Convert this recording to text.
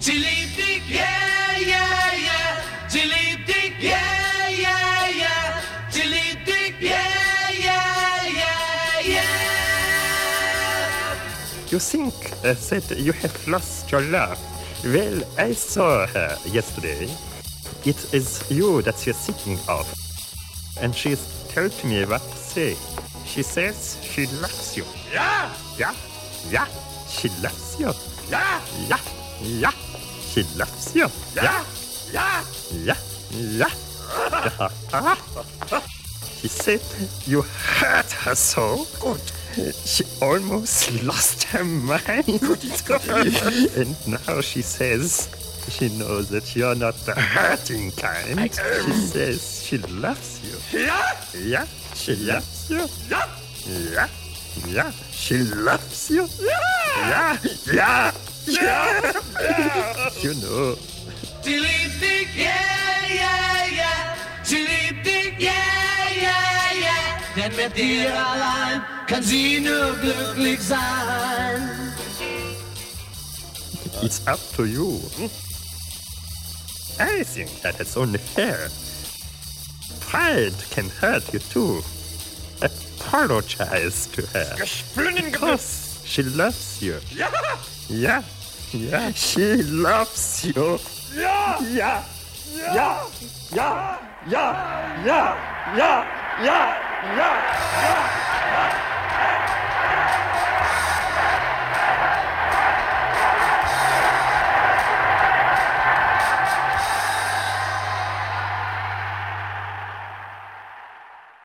Ciliptik, yeah, yeah, yeah. Ciliptik, yeah, yeah, yeah. Ciliptik, yeah, yeah, yeah, yeah. You think uh, that you have lost your love? Well, I saw her yesterday. It is you that she's thinking of. And she told me what to say. She says she loves you. Yeah, Yeah, yeah, she loves you. yeah, Yeah, yeah, she loves you. yeah, yeah. yeah, yeah. she said you hurt her so good. She almost lost her mind. and now she says she knows that you're not the hurting kind. She says she loves you. Yeah, she loves you. Yeah, yeah, she loves you. Yeah, yeah, yeah. you know. Ciliptik, yeah, yeah, yeah. Ciliptik, yeah, ja, ja. Denn mit dir allein kann sie nur glücklich sein. Uh, It's up to you. I think that it's only fair. Pride can hurt you too. Apologize to her. Spülen Because she loves you. Ja! Yeah. Yeah, she loves you. Ja! Yeah. Ja! Ja! Ja! Ja! Ja! Ja! Ja! Ja!